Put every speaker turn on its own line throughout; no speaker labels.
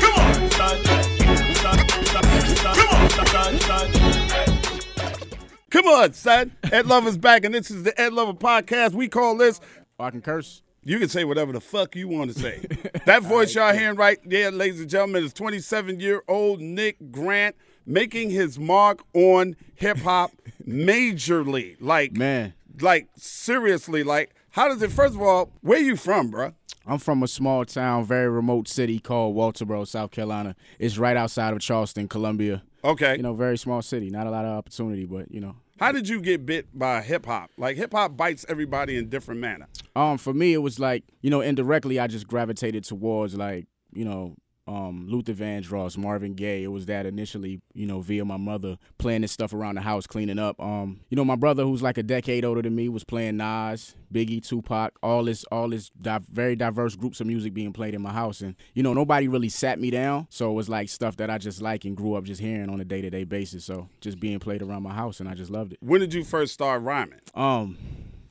Come on, son. Son, son, son. Come on, son, son. Come on, son. Ed Lover's back, and this is the Ed Lover podcast. We call this.
I can curse.
You can say whatever the fuck you want to say. That voice y'all hearing right there, ladies and gentlemen, is 27 year old Nick Grant making his mark on hip hop majorly. Like,
Man.
like seriously, like, how does it? First of all, where you from, bruh?
I'm from a small town, very remote city called Walterboro, South Carolina. It's right outside of Charleston, Columbia.
Okay,
You know, very small city. Not a lot of opportunity, but you know.
how did you get bit by hip hop? Like, hip hop bites everybody in different manner.
Um, for me, it was like you know, indirectly, I just gravitated towards like you know, um, Luther Vandross, Marvin Gaye. It was that initially, you know, via my mother playing this stuff around the house, cleaning up. Um, you know, my brother, who's like a decade older than me, was playing Nas, Biggie, Tupac, all this, all this di- very diverse groups of music being played in my house, and you know, nobody really sat me down. So it was like stuff that I just like and grew up just hearing on a day to day basis. So just being played around my house, and I just loved it.
When did you first start rhyming?
Um,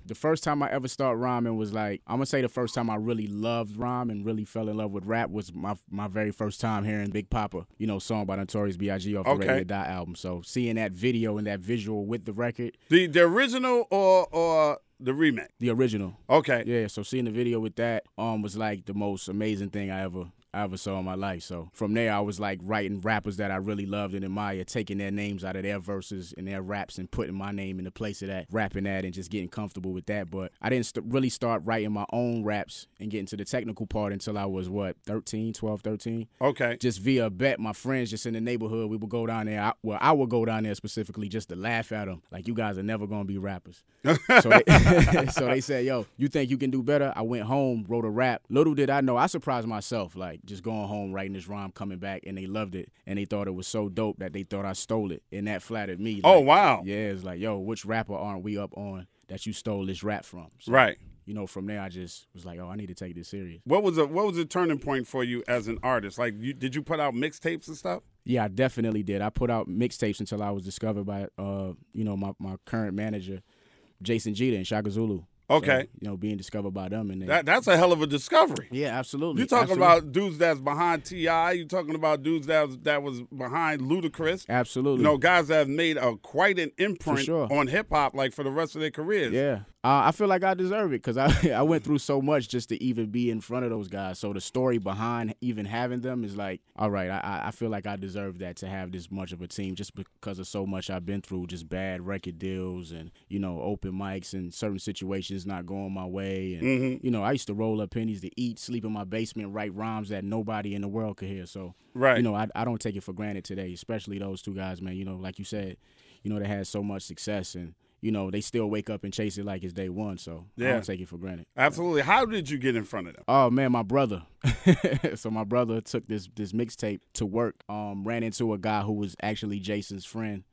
the first time I ever started rhyming was like I'm gonna say the first time I really loved rhyme and really fell in love with rap was my my very first time hearing Big Papa, you know, song by Notorious B.I.G. off the
Okay.
Ready to Die album. So seeing that video and that visual with the record,
The the original or or the remix?
the original,
Okay,
yeah. So seeing the video with that um was like the most amazing thing I ever. I ever saw in my life. So from there, I was like writing rappers that I really loved and admired, taking their names out of their verses and their raps and putting my name in the place of that, rapping that, and just getting comfortable with that. But I didn't st- really start writing my own raps and getting to the technical part until I was what, 13, 12, 13?
okay.
just via a bet. My friends just in the neighborhood, we would go down there. I, well, I would go down there specifically just to laugh at them. Like, you guys are never gonna be rappers. so, they, so they said, "Yo, you think you can do better?" I went home, wrote a rap. Little did I know, I surprised myself. Like just going home, writing this rhyme, coming back, and they loved it, and they thought it was so dope that they thought I stole it, and that flattered me.
Oh,
Like,
wow.
Yeah, it's like, yo, which rapper aren't we up on that you stole this rap from? So,
Right.
You know, from there, I just was like, oh, I need to take this serious.
What was a what was a turning point for you as an artist? Like, you, did you put out mixtapes and stuff?
Yeah, I definitely did. I put out mixtapes until I was discovered by uh, you know, my, my current manager, Jason Jeter and Shaka Zulu. So,
Okay.
you know, being discovered by them and then,
That that's a hell of a discovery.
Yeah, absolutely.
You talking
Absolutely.
about dudes that's behind Ti. You talking about dudes that was, that was behind Ludacris. You
Absolutely.
know, guys that have made a quite an imprint
sure.
on hip hop, like for the rest of their careers.
Yeah, uh, I feel like I deserve it because I I went through so much just to even be in front of those guys. So the story behind even having them is like, all right, I- I I feel like I deserve that to have this much of a team just because of so much I've been through, just bad record deals and you know open mics and certain situations not going my way. And you know I used to roll up pennies to eat, sleep in my basement, write rhymes that nobody in the world could hear. So
Right.
you know I I don't take it for granted today, especially those two guys, man. You know, like you said, you know they had so much success and you know, they still wake up and chase it like it's day one. So I
Yeah.
don't take it for granted.
Absolutely. How did you get in front of them?
Oh man, my brother. so my brother took this this mixtape to work. Um, ran into a guy who was actually Jason's friend.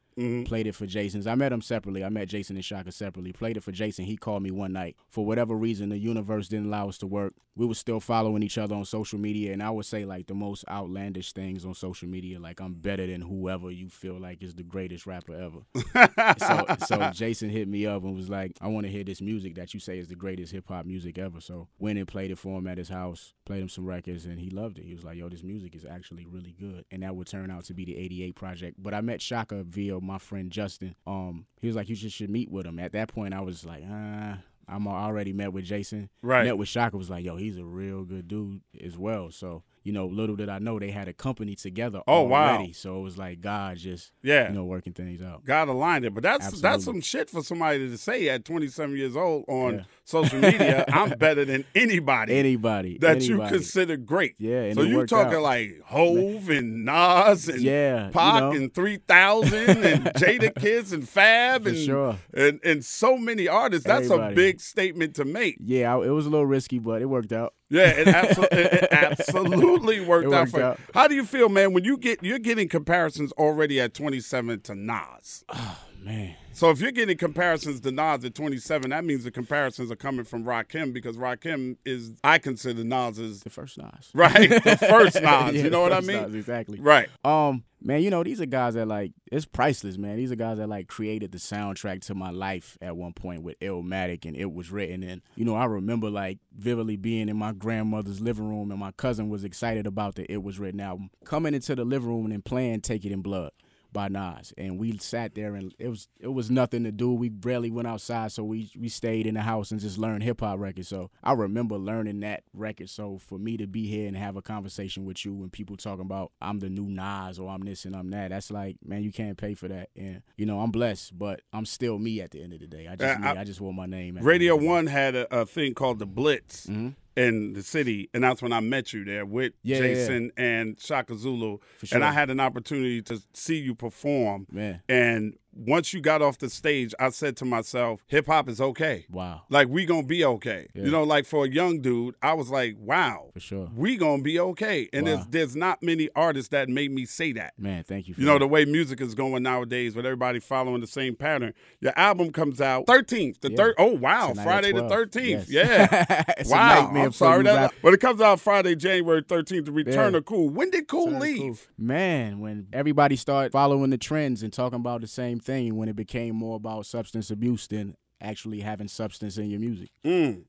Played it for Jason's. I met him separately. I met Jason and Shaka separately. Played it for Jason. He called me one night. For whatever reason, the universe didn't allow us to work. We were still following each other on social media, and I would say like the most outlandish things on social media. Like I'm better than whoever you feel like is the greatest rapper ever so, so Jason hit me up and was like, "I want to hear this music that you say is the greatest hip hop music ever." So went and played it for him at his house. played him some records and he loved it. He was like, "Yo, this music is actually really good," and that would turn out to be the '88 project. But I met Shaka via my friend Justin. Um, he was like, "You just should meet with him." At that point, I was like, "Ah." I'm already met with Jason.
Right.
Met with Shaka was like, yo, he's a real good dude as well. So, you know, little did I know they had a company together
Oh, wow.
already. So it was like God just
Yeah.
you know, working things out.
God aligned it. But that's that's
Absolutely.
some shit for somebody to say at 27 years old on social media. I'm better than anybody.
Anybody
that you
anybody.
consider great.
Yeah, and
so
it
you
worked
talking
out.
like Hove and Nas and
Yeah, you
Pac
know.
and Three Thousand and Jada Kids and Fab
For
and,
sure.
and and so many artists. That's a
Everybody.
big statement to make.
Yeah, I, it was a little risky, but it worked out.
Yeah, it, abso- it- it absolutely worked,
It
out
worked
for you.
out.
How do you feel, man? When you get you're getting comparisons already at 27 to Nas.
Oh, Man.
So if you're getting comparisons to Nas at 27, that means the comparisons are coming from Rakim because Rakim is I consider Nas's
The first Nas.
right the first Nas.
Yeah,
you know what I
first
mean?
Nas, exactly.
Right.
Um, man, you know, these are guys that like it's priceless, man. These are guys that like created the soundtrack to my life at one point with Illmatic and it was written and you know, I remember like vividly being in my grandmother's living room and my cousin was excited about the It Was Written album. Coming into the living room and playing Take It in Blood by Nas. And we sat there and it was it was nothing to do. We barely went outside, so we we stayed in the house and just learned hip hop records. So I remember learning that record. So for me to be here and have a conversation with you and people talking about I'm the new Nas or I'm this and I'm that, that's like, man, you can't pay for that. And you know, I'm blessed, but I'm still me at the end of the day. I just
Uh,
me.
I-
I, just wore my name. at the
Radio
end of the day.
One had a, a thing called the Blitz in the city, and that's when I met you there with
Mm-hmm. Yeah, yeah, yeah.
Jason and Shaka Zulu.
For
And I
sure.
had an opportunity to see you perform.
Man.
And once you got off the stage, I said to myself, hip hop is okay.
Wow.
Like we gonna be okay. You
Yeah.
know, like for a young dude, I was like, wow.
For sure.
We gonna be okay. And there's there's not many artists that made me say that.
Man, thank you for
You know,
that.
the way music is going nowadays with everybody following the same pattern. Your album comes out 13th. The
Yeah.
third oh wow,
Tonight at
Friday the
12th.
13th.
Yes.
Yeah.
It's a
wow.
nightmare
I'm
for
sorry
you,
that
rap.
but it comes out Friday, January 13th, the return
Yeah.
of cool. When did cool leave?
Man, when everybody started following the trends and talking about the same thing, when it became more about substance abuse than actually having substance in your music,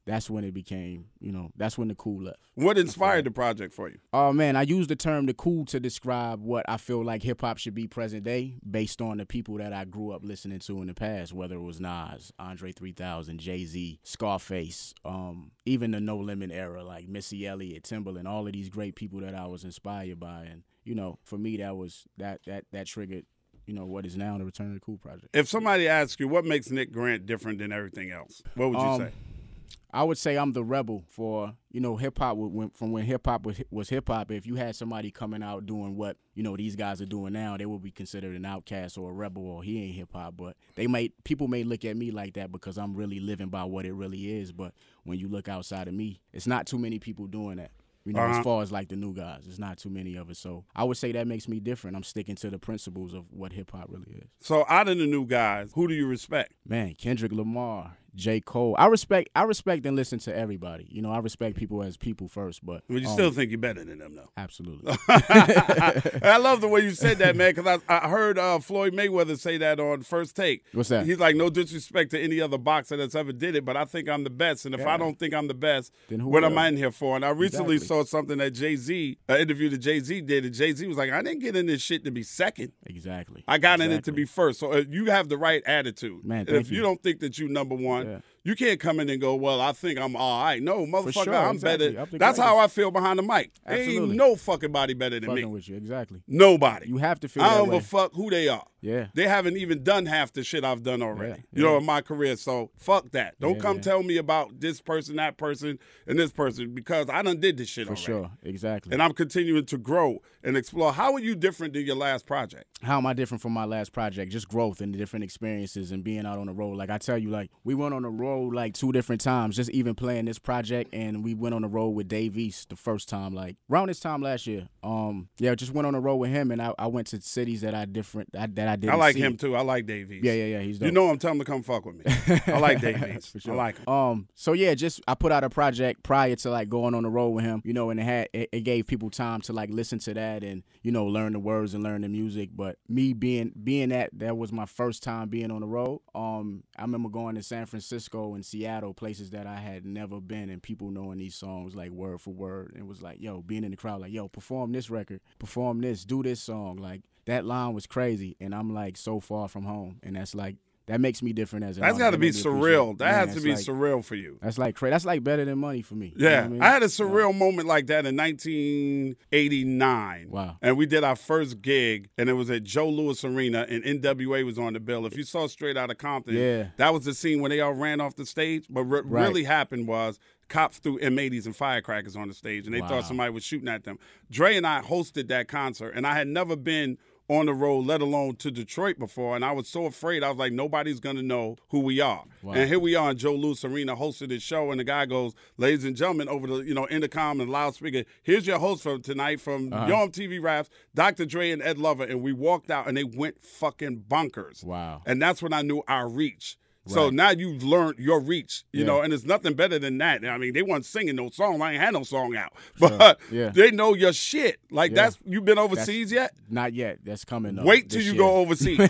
that's when it became, you know, that's when the cool left.
Mm. What inspired the project for you?
Oh man, I use the term the cool to describe what I feel like hip hop should be present day based on the people that I grew up listening to in the past, whether it was Nas, Andre 3000, Jay Z, Scarface, um, even the No Limit era, like Missy Elliott, Timbaland, all of these great people that I was inspired by. And, you know, for me, that was that that that triggered, you know, what is now the Return of the Cool project.
If somebody asks you what makes Nick Grant different than everything else, what would you
Um,
say?
I would say I'm the rebel for you know hip hop wa- when- from when hip hop was, was hip hop. If you had somebody coming out doing what you know these guys are doing now, they would be considered an outcast or a rebel or he ain't hip hop. But they might people may look at me like that because I'm really living by what it really is. But when you look outside of me, it's not too many people doing that. You know,
Uh-huh.
as far as like the new guys, it's not too many of us. So I would say that makes me different. I'm sticking to the principles of what hip hop really is.
So out of the new guys, who do you respect?
Man, Kendrick Lamar, J. Cole. I respect I respect and listen to everybody. You know, I respect people as people first, but
But you
um,
still think you're better than them, though.
absolutely.
I love the way you said that, man, because I, I heard uh, Floyd Mayweather say that on First Take.
What's that?
He's like, no disrespect to any other boxer that's ever did it, but I think I'm the best. And if I don't think I'm the best,
Then who
what am
will?
I in here for? And I recently saw
Exactly.
something that Jay Z, an interview that Jay Z did, and Jay Z was like, I didn't get in this shit to be second.
exactly.
I got in it to
Exactly.
be first. So uh, you have the right attitude.
Man,
And
thank
if you.
you.
don't think that you number one,
Yeah.
you can't come in and go, "Well, I think I'm all right." No, motherfucker,
sure,
I'm
exactly.
better.
Up the
That's
greatest.
how I feel behind the mic. There Ain't
Absolutely.
no fucking body better than me.
fucking with you. Exactly.
Nobody.
You have to feel
I
that
don't
way.
give a fuck who they are.
Yeah.
They haven't even done half the shit I've done already.
Yeah,
You know, in my career. So fuck that. Don't
Yeah,
come
yeah.
tell me about this person, that person, and this person because I done did this shit
For
already.
sure. Exactly.
And I'm continuing to grow and explore. How are you different than your last project?
how am I different from my last project? Just growth and the different experiences and being out on the road. Like I tell you, like we went on the road like two different times, just even playing this project, and we went on the road with Dave East the first time, like around this time last year. Um, yeah, just went on the road with him, and I, I went to cities that I different that, that I didn't.
I like
see.
him too. I like Davies.
Yeah, yeah, yeah. He's dope.
You know him. Tell him to come fuck with me. I like Davies. I like him.
Um, so yeah, just I put out a project prior to like going on the road with him, you know, and it had it, it gave people time to like listen to that and you know learn the words and learn the music. But me being being that that was my first time being on the road. Um, I remember going to San Francisco Chicago and Seattle, places that I had never been, and people knowing these songs like word for word, and was like, yo, being in the crowd, like, yo, perform this record, perform this, do this song, like that line was crazy, and I'm like so far from home, and that's like that makes me different as an
That's
artist.
got to
I
be
really appreciate
surreal.
it.
That
Man,
has to
that's
be
like-
surreal for you.
That's like crazy. That's like better than money for me. You know
Yeah,
what I, mean?
I had a surreal moment like that in 1989.
Wow.
And we did our first gig, and it was at Joe Louis Arena, and NWA was on the bill. If you saw Straight Outta Compton,
Yeah.
that was the scene when they all ran off the stage. But what
Right.
really happened was cops threw M80s and firecrackers on the stage, and they
Wow.
thought somebody was shooting at them. Dre and I hosted that concert, and I had never been on the road, let alone to Detroit before, and I was so afraid. I was like, nobody's gonna know who we are. And here we are, and Joe Louis Arena hosted his show, and the guy goes, "Ladies and gentlemen, over the you know intercom and loudspeaker, here's your host for tonight from
Uh-huh.
Yom TV Raps, Dr. Dre and Ed Lover." And we walked out, and they went fucking bonkers.
Wow.
And that's when I knew our reach. So now you've learned your reach, you know, and it's nothing better than that. I mean, they weren't singing no song. I ain't had no song out, but
Yeah.
they know your shit. Like that's you've been overseas yet?
Not yet. That's coming. Up
Wait till
this
you
year.
go overseas.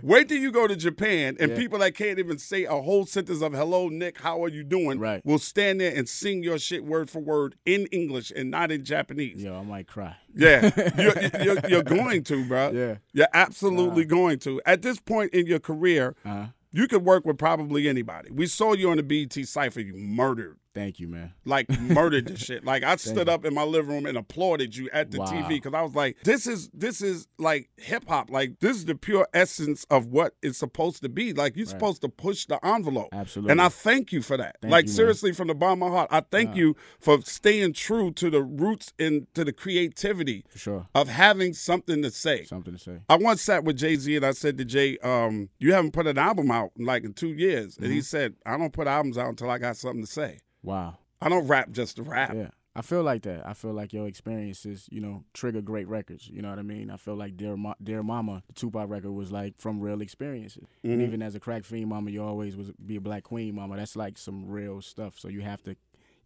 Wait till you go to Japan, and people that can't even say a whole sentence of "Hello, Nick, how are you doing?"
Right.
will stand there and sing your shit word for word in English and not in Japanese.
Yo, I might cry.
Yeah, you're, you're, you're going to, bro.
Yeah.
you're absolutely going to. At this point in your career,
Uh-huh.
you could work with probably anybody. We saw you on the BET Cipher. You murdered,
Thank you, man.
like murdered the shit. Like I stood up in my living room and applauded you at the
Wow.
TV because I was like, this is this is like hip hop. Like this is the pure essence of what it's supposed to be. Like you're supposed to push the envelope.
Absolutely.
And I thank you for that.
Thank
like
you, man.
seriously, from the bottom of my heart, I thank you for staying true to the roots and to the creativity
For sure.
of having something to say.
Something to say.
I once sat with Jay Z and I said to Jay, um, "You haven't put an album out in like in two years," and he
Mm-hmm.
said, "I don't put albums out until I got something to say.
Wow.
I don't rap just to rap."
Yeah. I feel like that. I feel like your experiences, you know, trigger great records. You know what I mean? I feel like Dear, Ma- Dear Mama, the Tupac record was like from real experiences.
Mm-hmm.
And even as a crack fiend mama, you always was be a black queen mama. That's like some real stuff. So you have to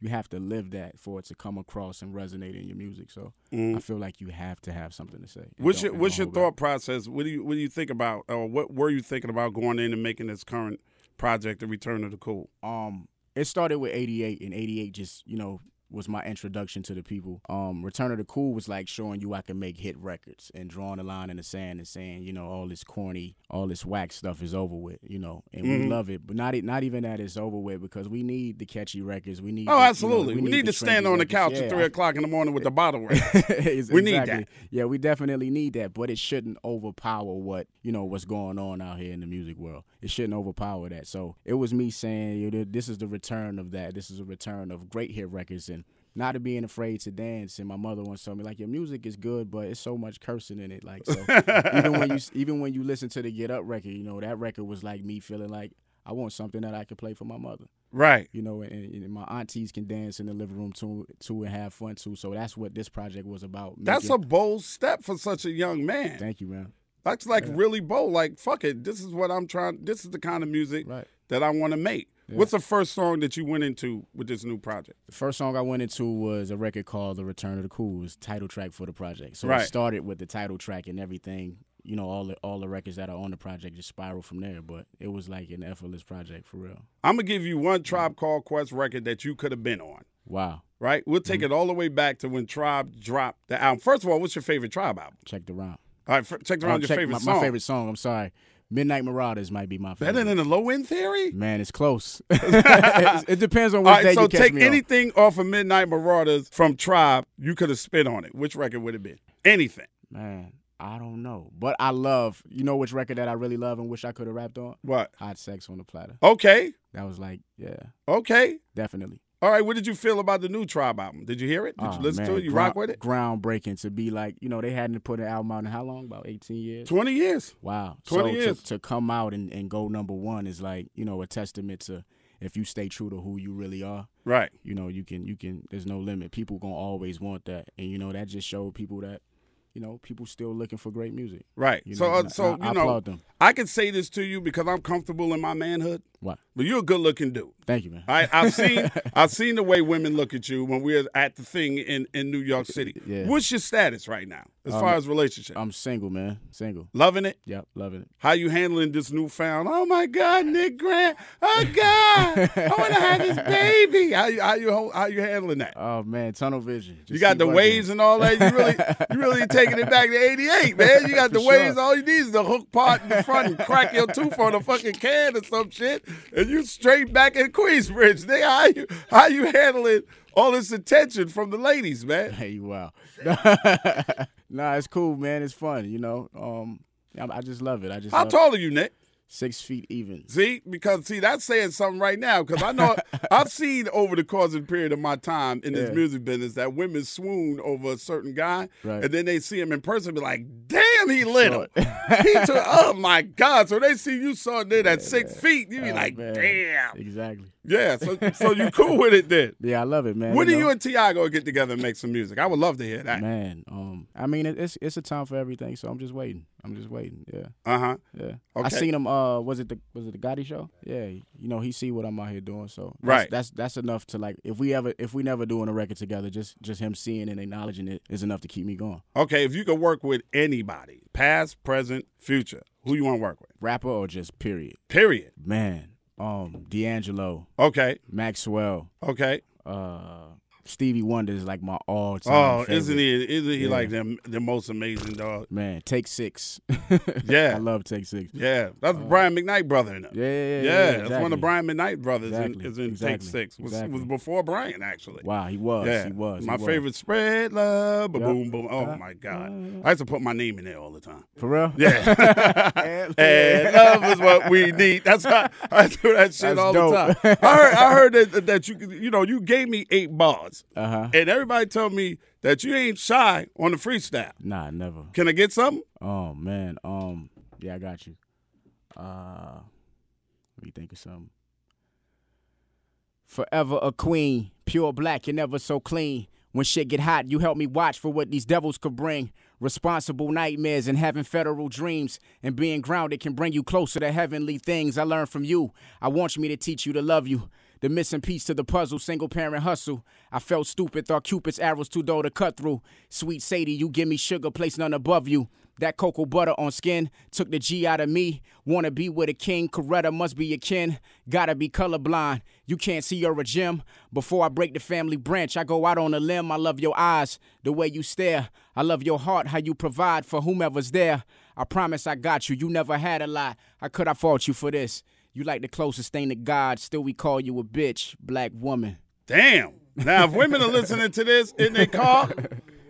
you have to live that for it to come across and resonate in your music. So I feel like you have to have something to say. and
Mm-hmm. What's
don't-
your
and
What's
don't
your
hold back.
thought process? What do you What do you think about, or what were you thinking about going in and making this current project, The Return of the Cool?
um it started with 88 and 88 just you know was my introduction to the people um return of the cool was like showing you i can make hit records and drawing a line in the sand and saying you know all this corny all this whack stuff is over with you know and we
Mm-hmm.
love it but not e- not even that it's over with because we need the catchy records we need
Oh,
the- you know,
absolutely. we, need to
trendy
stand on the
records.
couch
Yeah,
at three
I-
o'clock in the morning with the bottle. ring.
Ex-
We need that.
exactly. Yeah, we definitely need that, but it shouldn't overpower what you know what's going on out here in the music world. It shouldn't overpower that. So it was me saying, you know, this is the return of that. This is a return of great hit records and not to being afraid to dance. And my mother once told me, like, your music is good, but it's so much cursing in it. Like, so even when you even when you listen to the Get Up record, you know that record was like me feeling like I want something that I could play for my mother
right.
you know, and, and my aunties can dance in the living room too, too, and have fun too. So that's what this project was about.
That's a
making-
bold step for such a young man.
thank you, man.
That's like really bold. Like, fuck it. This is what I'm trying. This is the kind of music
Right.
that I want to make. What's the first song that you went into with this new project?
The first song I went into was a record called "The Return of the Cool." It was the title track for the project, so
Right.
it started with the title track and everything. You know, all the all the records that are on the project just spiral from there. But it was like an effortless project for real.
I'm going to give you one Tribe
Mm.
Called Quest record that you could have been on,
Wow,
right? We'll take
Mm-hmm.
it all the way back to when Tribe dropped the album. First of all, what's your favorite Tribe album?
check the round.
All right, f- check
Oh,
around your
check
favorite
my,
song.
my favorite song. I'm sorry, "Midnight Marauders" might be my favorite.
Better than the Low End Theory?
Man, it's close. it, it depends on
All
what day
right, so
you catch
take
me on.
anything off of Midnight Marauders from Tribe, you could have spit on it. Which record would it be? Anything.
Man, I don't know. But I love, you know which record that I really love and wish I could have rapped on?
What?
Hot Sex on the Platter.
Okay,
That was like, yeah,
okay.
definitely.
All right, what did you feel about the new Tribe album? Did you hear it? Did
Oh,
you listen to
man,
it? You
ground-
rock with it?
Groundbreaking to be like, you know, they hadn't put an album out in how long? About 18 years?
20 years.
Wow.
20
so
years.
To, to come out and, and go number one is like, you know, a testament to if you stay true to who you really are.
Right.
you know you can you can there's no limit people gonna always want that and you know that just showed people that you know people still looking for great music
Right.
You
so,
know,
uh,
and I-
so
I
you know,
applaud them.
I can say this to you because I'm comfortable in my manhood.
What?
But you're a good looking dude.
Thank you, man.
All right, I've seen I've seen the way women look at you when we're at the thing in, in New York City.
Yeah. Um,
What's your status right now as far as relationship?
I'm single, man. Single.
Loving it?
Yep, loving it.
How you handling this newfound? Oh my God, Nick Grant! Oh God, I want to have this baby. How you how you ho- how you handling that?
Oh man, tunnel vision. Just
you got
keep
the
working.
waves and all that. You really you really taking it back to '88, man. You got the
For
waves.
sure.
All you need is the hook part in the front and crack your tooth on a fucking can or some shit, and you straight back in Queensbridge. Nigga, how you how you handling all this attention from the ladies, man?
Hey, wow. nah, it's cool, man. It's fun, you know. Um, I, I just love it. I just
How
love
tall are you, Nick?
Six feet even.
See, because see, that's saying something right now. Because I know I've seen over the course and period of my time in this
Yeah.
music business that women swoon over a certain guy,
Right.
and then they see him in person, and be like, "Damn, he
Oh,
little." he took, oh my god! So they see you something there at six feet, you be
Oh,
like,
man.
"Damn,
Exactly.
yeah." So, so you cool with it then?
Yeah, I love it, man.
When do
know?
you and Ti go get together and make some music? I would love to hear that.
Man, um, I mean, it- it's it's a time for everything, so I'm just waiting. I'm just waiting. Yeah,
Uh huh.
yeah.
Okay.
I seen him. Uh, was it the was it the Gotti show? Yeah, you know, he see what I'm out here doing, so that's,
Right.
That's that's enough to like if we ever if we never doing a record together, just just him seeing and acknowledging it is enough to keep me going.
Okay, if you could work with anybody, past, present, future, who you want to work with?
Rapper or just period.
Period.
Man, um, D'Angelo,
Okay.
Maxwell,
Okay.
uh, Stevie Wonder is like my all time.
Oh, isn't he? Isn't he
Yeah.
like the the most amazing dog?
Man, Take Six.
Yeah.
I love Take Six.
Yeah, that's Brian McKnight brother in it.
Yeah, yeah, yeah,
yeah.
yeah,
that's one of
exactly.
Brian McKnight brothers
Exactly,
in, is in Take
exactly,
Six. Was,
exactly.
was before Brian actually.
Wow, he was.
Yeah,
He Oh, was. he
my
was.
favorite spread love, ba
Yep.
boom boom. Oh
Uh,
my god, I used to put my name in there all the time.
For real?
Yeah, and love is what we need. That's how I do that shit
That's
all
dope.
the time. I heard, I heard that, that you you know you gave me eight bars,
Uh-huh.
and everybody told me that you ain't shy on the freestyle.
Nah, never.
Can I get something?
Oh man. Um. Yeah, I got you. Uh, let me think of something. Forever a queen, pure black, you're never so clean. When shit get hot, you help me watch for what these devils could bring. Responsible nightmares and having federal dreams and being grounded can bring you closer to heavenly things. I learned from you. I want me to teach you to love you. The missing piece to the puzzle, single parent hustle. I felt stupid, thought Cupid's arrows too dull to cut through. Sweet Sadie, you give me sugar, place none above you. That cocoa butter on skin took the G out of me. Wanna be with a king, Coretta must be a kin. Gotta be colorblind, you can't see you're a gem. Before I break the family branch, I go out on a limb. I love your eyes, the way you stare. I love your heart, how you provide for whomever's there. I promise I got you, you never had a lot. How could I fault you for this? You like the closest thing to God, still we call you a bitch, black woman.
Damn. Now, if women are listening to this in their car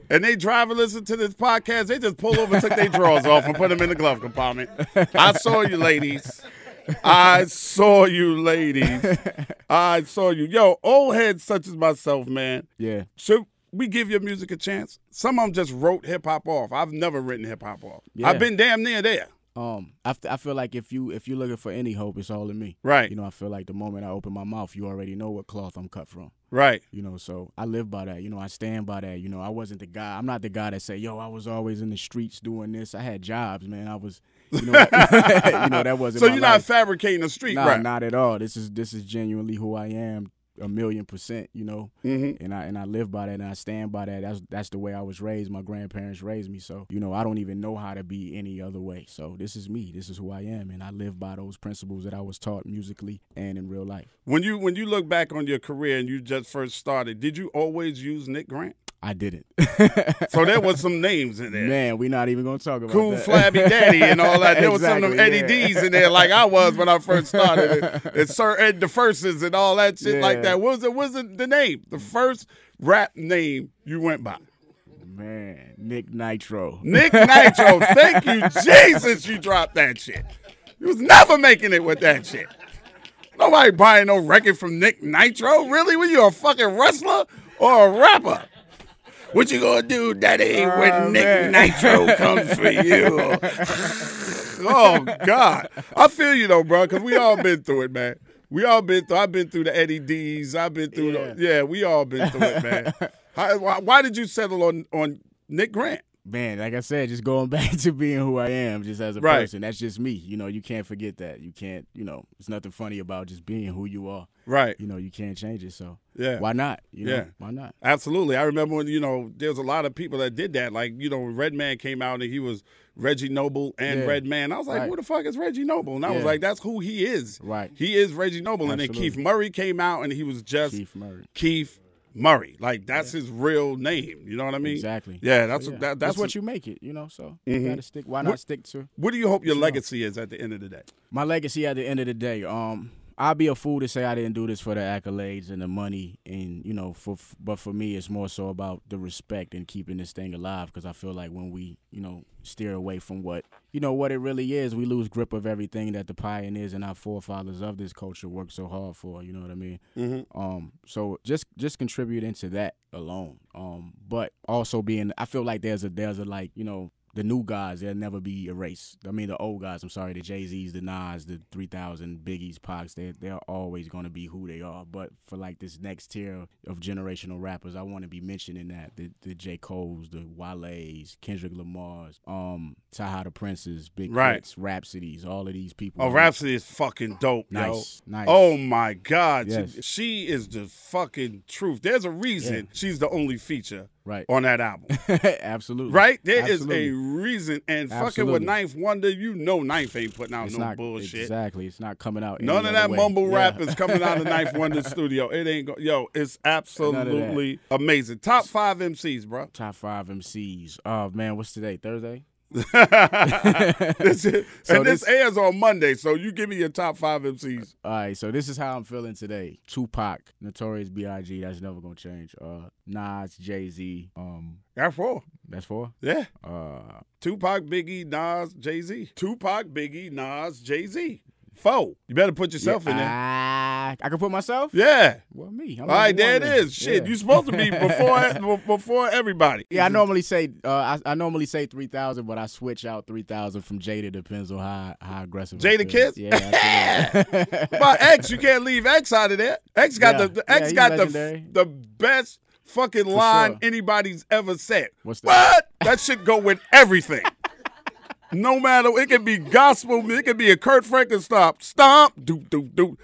and they drive and listen to this podcast, they just pull over, took their drawers off, and put them in the glove compartment. I saw you, ladies. I saw you, ladies. I saw you. Yo, old heads such as myself, man.
Yeah.
Should we give your music a chance? Some of them just wrote hip hop off. I've never written hip hop off.
Yeah.
I've been damn near there.
Um, I, f- I feel like if you if you're looking for any hope, it's all in me.
Right.
You know, I feel like the moment I open my mouth, you already know what cloth I'm cut from.
Right.
You know, so I live by that. You know, I stand by that. You know, I wasn't the guy. I'm not the guy that say, "Yo, I was always in the streets doing this." I had jobs, man. I was, you know, you know that wasn't.
So
my
you're not
life.
fabricating a street
Nah,
rap.
not at all. This is this is genuinely who I am, a million percent. You know, mm-hmm. and I and I live by that, and I stand by that. That's that's the way I was raised. My grandparents raised me, so you know I don't even know how to be any other way. So this is me. This is who I am, and I live by those principles that I was taught musically and in real life.
When you when you look back on your career and you just first started, did you always use Nick Grant?
I didn't.
So there was some names in there.
Man, we're not even gonna talk about
Cool
that.
Flabby Daddy and all that. There was some of them Eddie
Exactly, yeah.
D's in there like I was when I first started. And, and Sir Ed the First's and all that shit like
Yeah.
that. What was it what was it the name? The first rap name you went by.
Man, Nick Nitro.
Nick Nitro. Thank you, Jesus, you dropped that shit. You was never making it with that shit. Nobody buying no record from Nick Nitro. Really? Were you a fucking wrestler or a rapper? What you gonna do, Daddy, when Nick Nitro comes for you? oh God, I feel you though, bro, because we all been through it, man. We all been through. I've been through the Eddie D's. I've been through. Yeah, the, yeah we all been through it, man. How, why, why did you settle on on Nick Grant?
man, like I said, just going back to being who I am, just as a
Right.
person. That's just me. You know, you can't forget that. You can't. You know, it's nothing funny about just being who you are.
Right.
You know, you can't change it. So
Yeah.
why not? You know,
Yeah.
why not?
Absolutely. I remember when, you know, there's a lot of people that did that. Like, you know, when Redman came out and he was Reggie Noble and
Yeah.
Redman. I was like,
Right.
who the fuck is Reggie Noble? And I was
Yeah.
like, that's who he is.
Right.
He is Reggie Noble. And then
Absolutely.
Keith Murray came out and he was just
Keith Murray.
Keith Murray. Like, that's his real name. You know what I mean?
Exactly.
Yeah, that's,
So,
That, that's, Mm-hmm.
that's what you make it. You know, so you gotta stick. Why not stick to?
What do you hope your legacy is at the end of the day?
my legacy at the end of the day um i'd be a fool to say i didn't do this for the accolades and the money and you know for but for me it's more so about the respect and keeping this thing alive because i feel like when we you know steer away from what you know what it really is we lose grip of everything that the pioneers and our forefathers of this culture worked so hard for you know what i mean um so just just contributing to that alone um but also being i feel like there's a there's a like you know the new guys, they'll never be erased. I mean, the old guys. I'm sorry, the Jay Z's, the Nas, the 3000, Biggie's, Pox. They they're always gonna be who they are. But for like this next tier of generational rappers, I want to be mentioning that the the J Cole's, the Wale's, Kendrick Lamar's, um, Taha the Prince's, Big
Right.
Crit, Rhapsodies, all of these people.
Oh, Rhapsody is fucking dope,
Nice,
yo.
nice.
Oh my God, She- she,
Yes.
is the fucking truth. There's a reason she's the only feature
Right.
on that album,
absolutely.
right? There is
Absolutely.
a reason, and fucking with
Absolutely.
Ninth Wonder, you know Ninth ain't putting out
It's
no
not
bullshit.
Exactly. It's not coming out.
None
any
of
other
that
way.
mumble
Yeah.
rap is coming out of Ninth Wonder Studio. It ain't go- yo. It's
that.
absolutely amazing. Top five MCs, bro.
Top five MCs. Oh man, what's today? Thursday.
This is-
So
and this,
this-
airs on Monday, so you give me your top five MCs.
All right, so this is how I'm feeling today. Tupac, Notorious B.I.G. That's never gonna change. Uh, Nas, Jay Z. Um,
That's four.
that's four.
Yeah.
Uh,
Tupac, Biggie, Nas, Jay Z. Tupac, Biggie, Nas, Jay Z. Foe. You better put yourself in there.
I, I can put myself.
yeah.
Well, me. I'm
All right,
number
there
one
it
then.
is. Shit,
Yeah.
you supposed to be before before everybody.
Yeah, I normally say uh, I, I normally say three thousand, but I switch out three thousand from Jada. Depends on how how aggressive. I
Jada
feel.
Kiss?
Yeah. absolutely.
My ex, you can't leave X out of there. X got
Yeah.
the, the X
Yeah, he
got the
legendary.
the best fucking line
sure.
anybody's ever said.
What's
What?
that?
That should go with everything. No matter, it could be gospel, it could be a Kurt Franken stomp, stomp, do do do,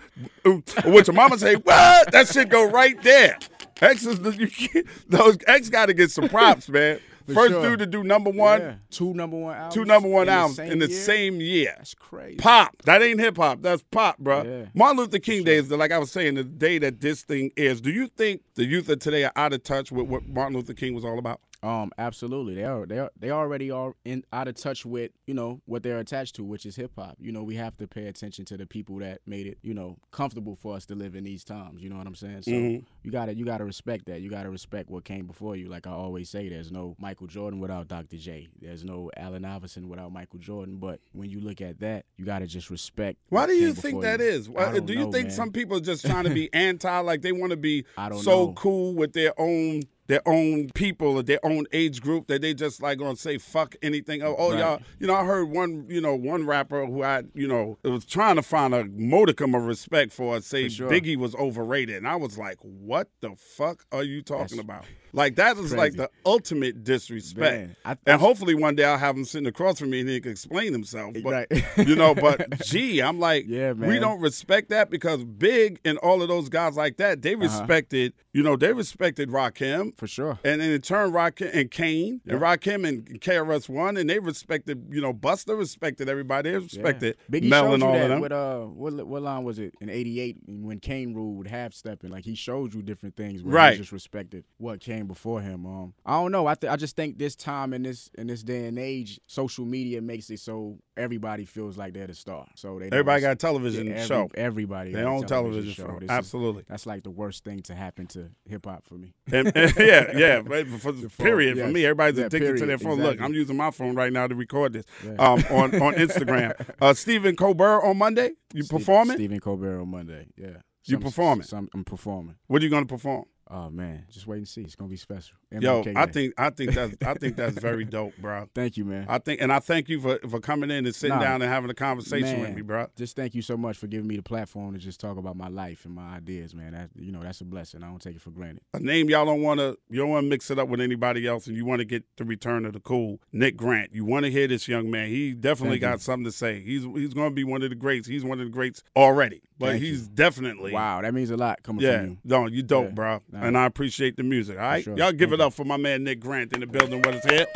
do. What your mama say? What? That shit go right there. X is the, you can't, those X got to get some props, man.
For
First
sure.
dude to do number one,
Yeah. Two number one albums.
two number one
in the
albums
same
in the
year?
same year.
That's crazy.
Pop. That ain't hip hop. That's pop, bro.
Yeah.
Martin Luther King Day is the, like I was saying, the day that this thing is. Do you think the youth of today are out of touch with what Martin Luther King was all about?
Um, absolutely. They are they are, they already are in out of touch with you know what they're attached to, which is hip hop. You know, we have to pay attention to the people that made it you know comfortable for us to live in these times. You know what I'm saying? So
Mm-hmm.
you gotta you gotta respect that. You gotta respect what came before you. Like I always say, there's no Michael Jordan without Dr. J. There's no Allen Iverson without Michael Jordan. But when you look at that, you gotta just respect.
Why
what
do you
came
think
before
that is?
I
Why,
don't
do you
know,
think
man.
some people are just trying to be anti, like they want to be
I don't
so
know.
cool with their own their own people or their own age group that they just like gonna say fuck anything. Oh, oh
Right.
y'all, you know, I heard one, you know, one rapper who I, you know, was trying to find a modicum of respect for us, say
sure.
Biggie was overrated, and I was like, what the fuck are you talking about? Like that is like
crazy.
the ultimate disrespect.
Man, I-
and hopefully one day I'll have him sitting across from me and he can explain himself. But
Right.
you know, but gee, I'm like,
Yeah,
we
man.
don't respect that because Big and all of those guys like that, they respected, you know, they respected Rakim.
Uh-huh. For sure.
And in turn, Rakim and Kane and Rakim and KRS One, and they respected, you know, Buster respected everybody. They respected
Biggie
Mel
showed
and
you
all
that
of them.
with uh, what what line was it in '88 when Kane ruled half stepping? Like he showed you different things where
Right.
he just respected what came before him. Um, I don't know. I th- I just think this time in this in this day and age, social media makes it so everybody feels like they're the star. So they don't
Everybody got a
res-
television
yeah, every-
show.
Everybody
Their
got a
own television show.
This is-
Absolutely.
that's like the worst thing to happen to hip hop for me.
And- and- yeah, yeah. but For,
phone,
period for
yes.
me, everybody's
Yeah,
addicted to
period,
their phone. Look,
exactly.
I'm using my phone right now to record this
Yeah.
um, on on Instagram. Uh, Stephen Colbert on Monday, you
Ste-
performing?
Stephen Colbert on Monday. Yeah,
You performing?
Some, I'm performing.
What are you going to perform?
Oh man, just wait and see. It's gonna be special.
Yo,
MLK
I
Day.
think I think that's I think that's very dope, bro.
Thank you, man.
I think and I thank you for, for coming in and sitting
Nah,
down and having a conversation with
Man,
me, bro.
Just thank you so much for giving me the platform to just talk about my life and my ideas, man. That you know, that's a blessing. I don't take it for granted.
A name y'all don't want to you don't want to mix it up with anybody else, and you want to get the return of the cool Nick Grant. You want to hear this young man. He definitely got
Thank you.
something to say. He's he's going to be one of the greats. He's one of the greats already, but
Thank
he's
you.
definitely
Wow, that means a lot coming
Yeah,
from you.
no, you dope,
Yeah,
bro,
nah.
and I appreciate the music. All right,
sure.
y'all give
Thank
it up for my man Nick Grant in the building with his head.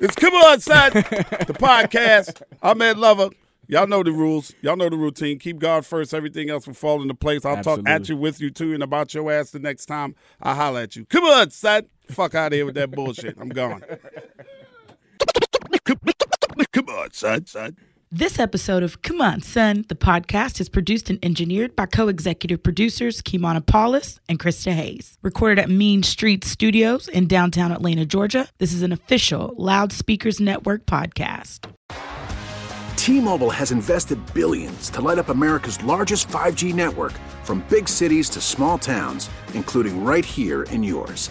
It's come on, son. the podcast. I'm Ed Lover. Y'all know the rules. Y'all know the routine. Keep God first. Everything else will fall into place. I'll talk at
Absolutely.
you, with you too, and about your ass the next time I holler at you. Come on, son. Fuck out of here with that bullshit. I'm gone. Come on, son, son.
This episode of Come On Son, the podcast, is produced and engineered by co executive producers Kimana Paulus and Krista Hayes. Recorded at Mean Street Studios in downtown Atlanta, Georgia, this is an official Loudspeakers Network podcast.
T-Mobile has invested billions to light up America's largest 5G network from big cities to small towns, including right here in yours.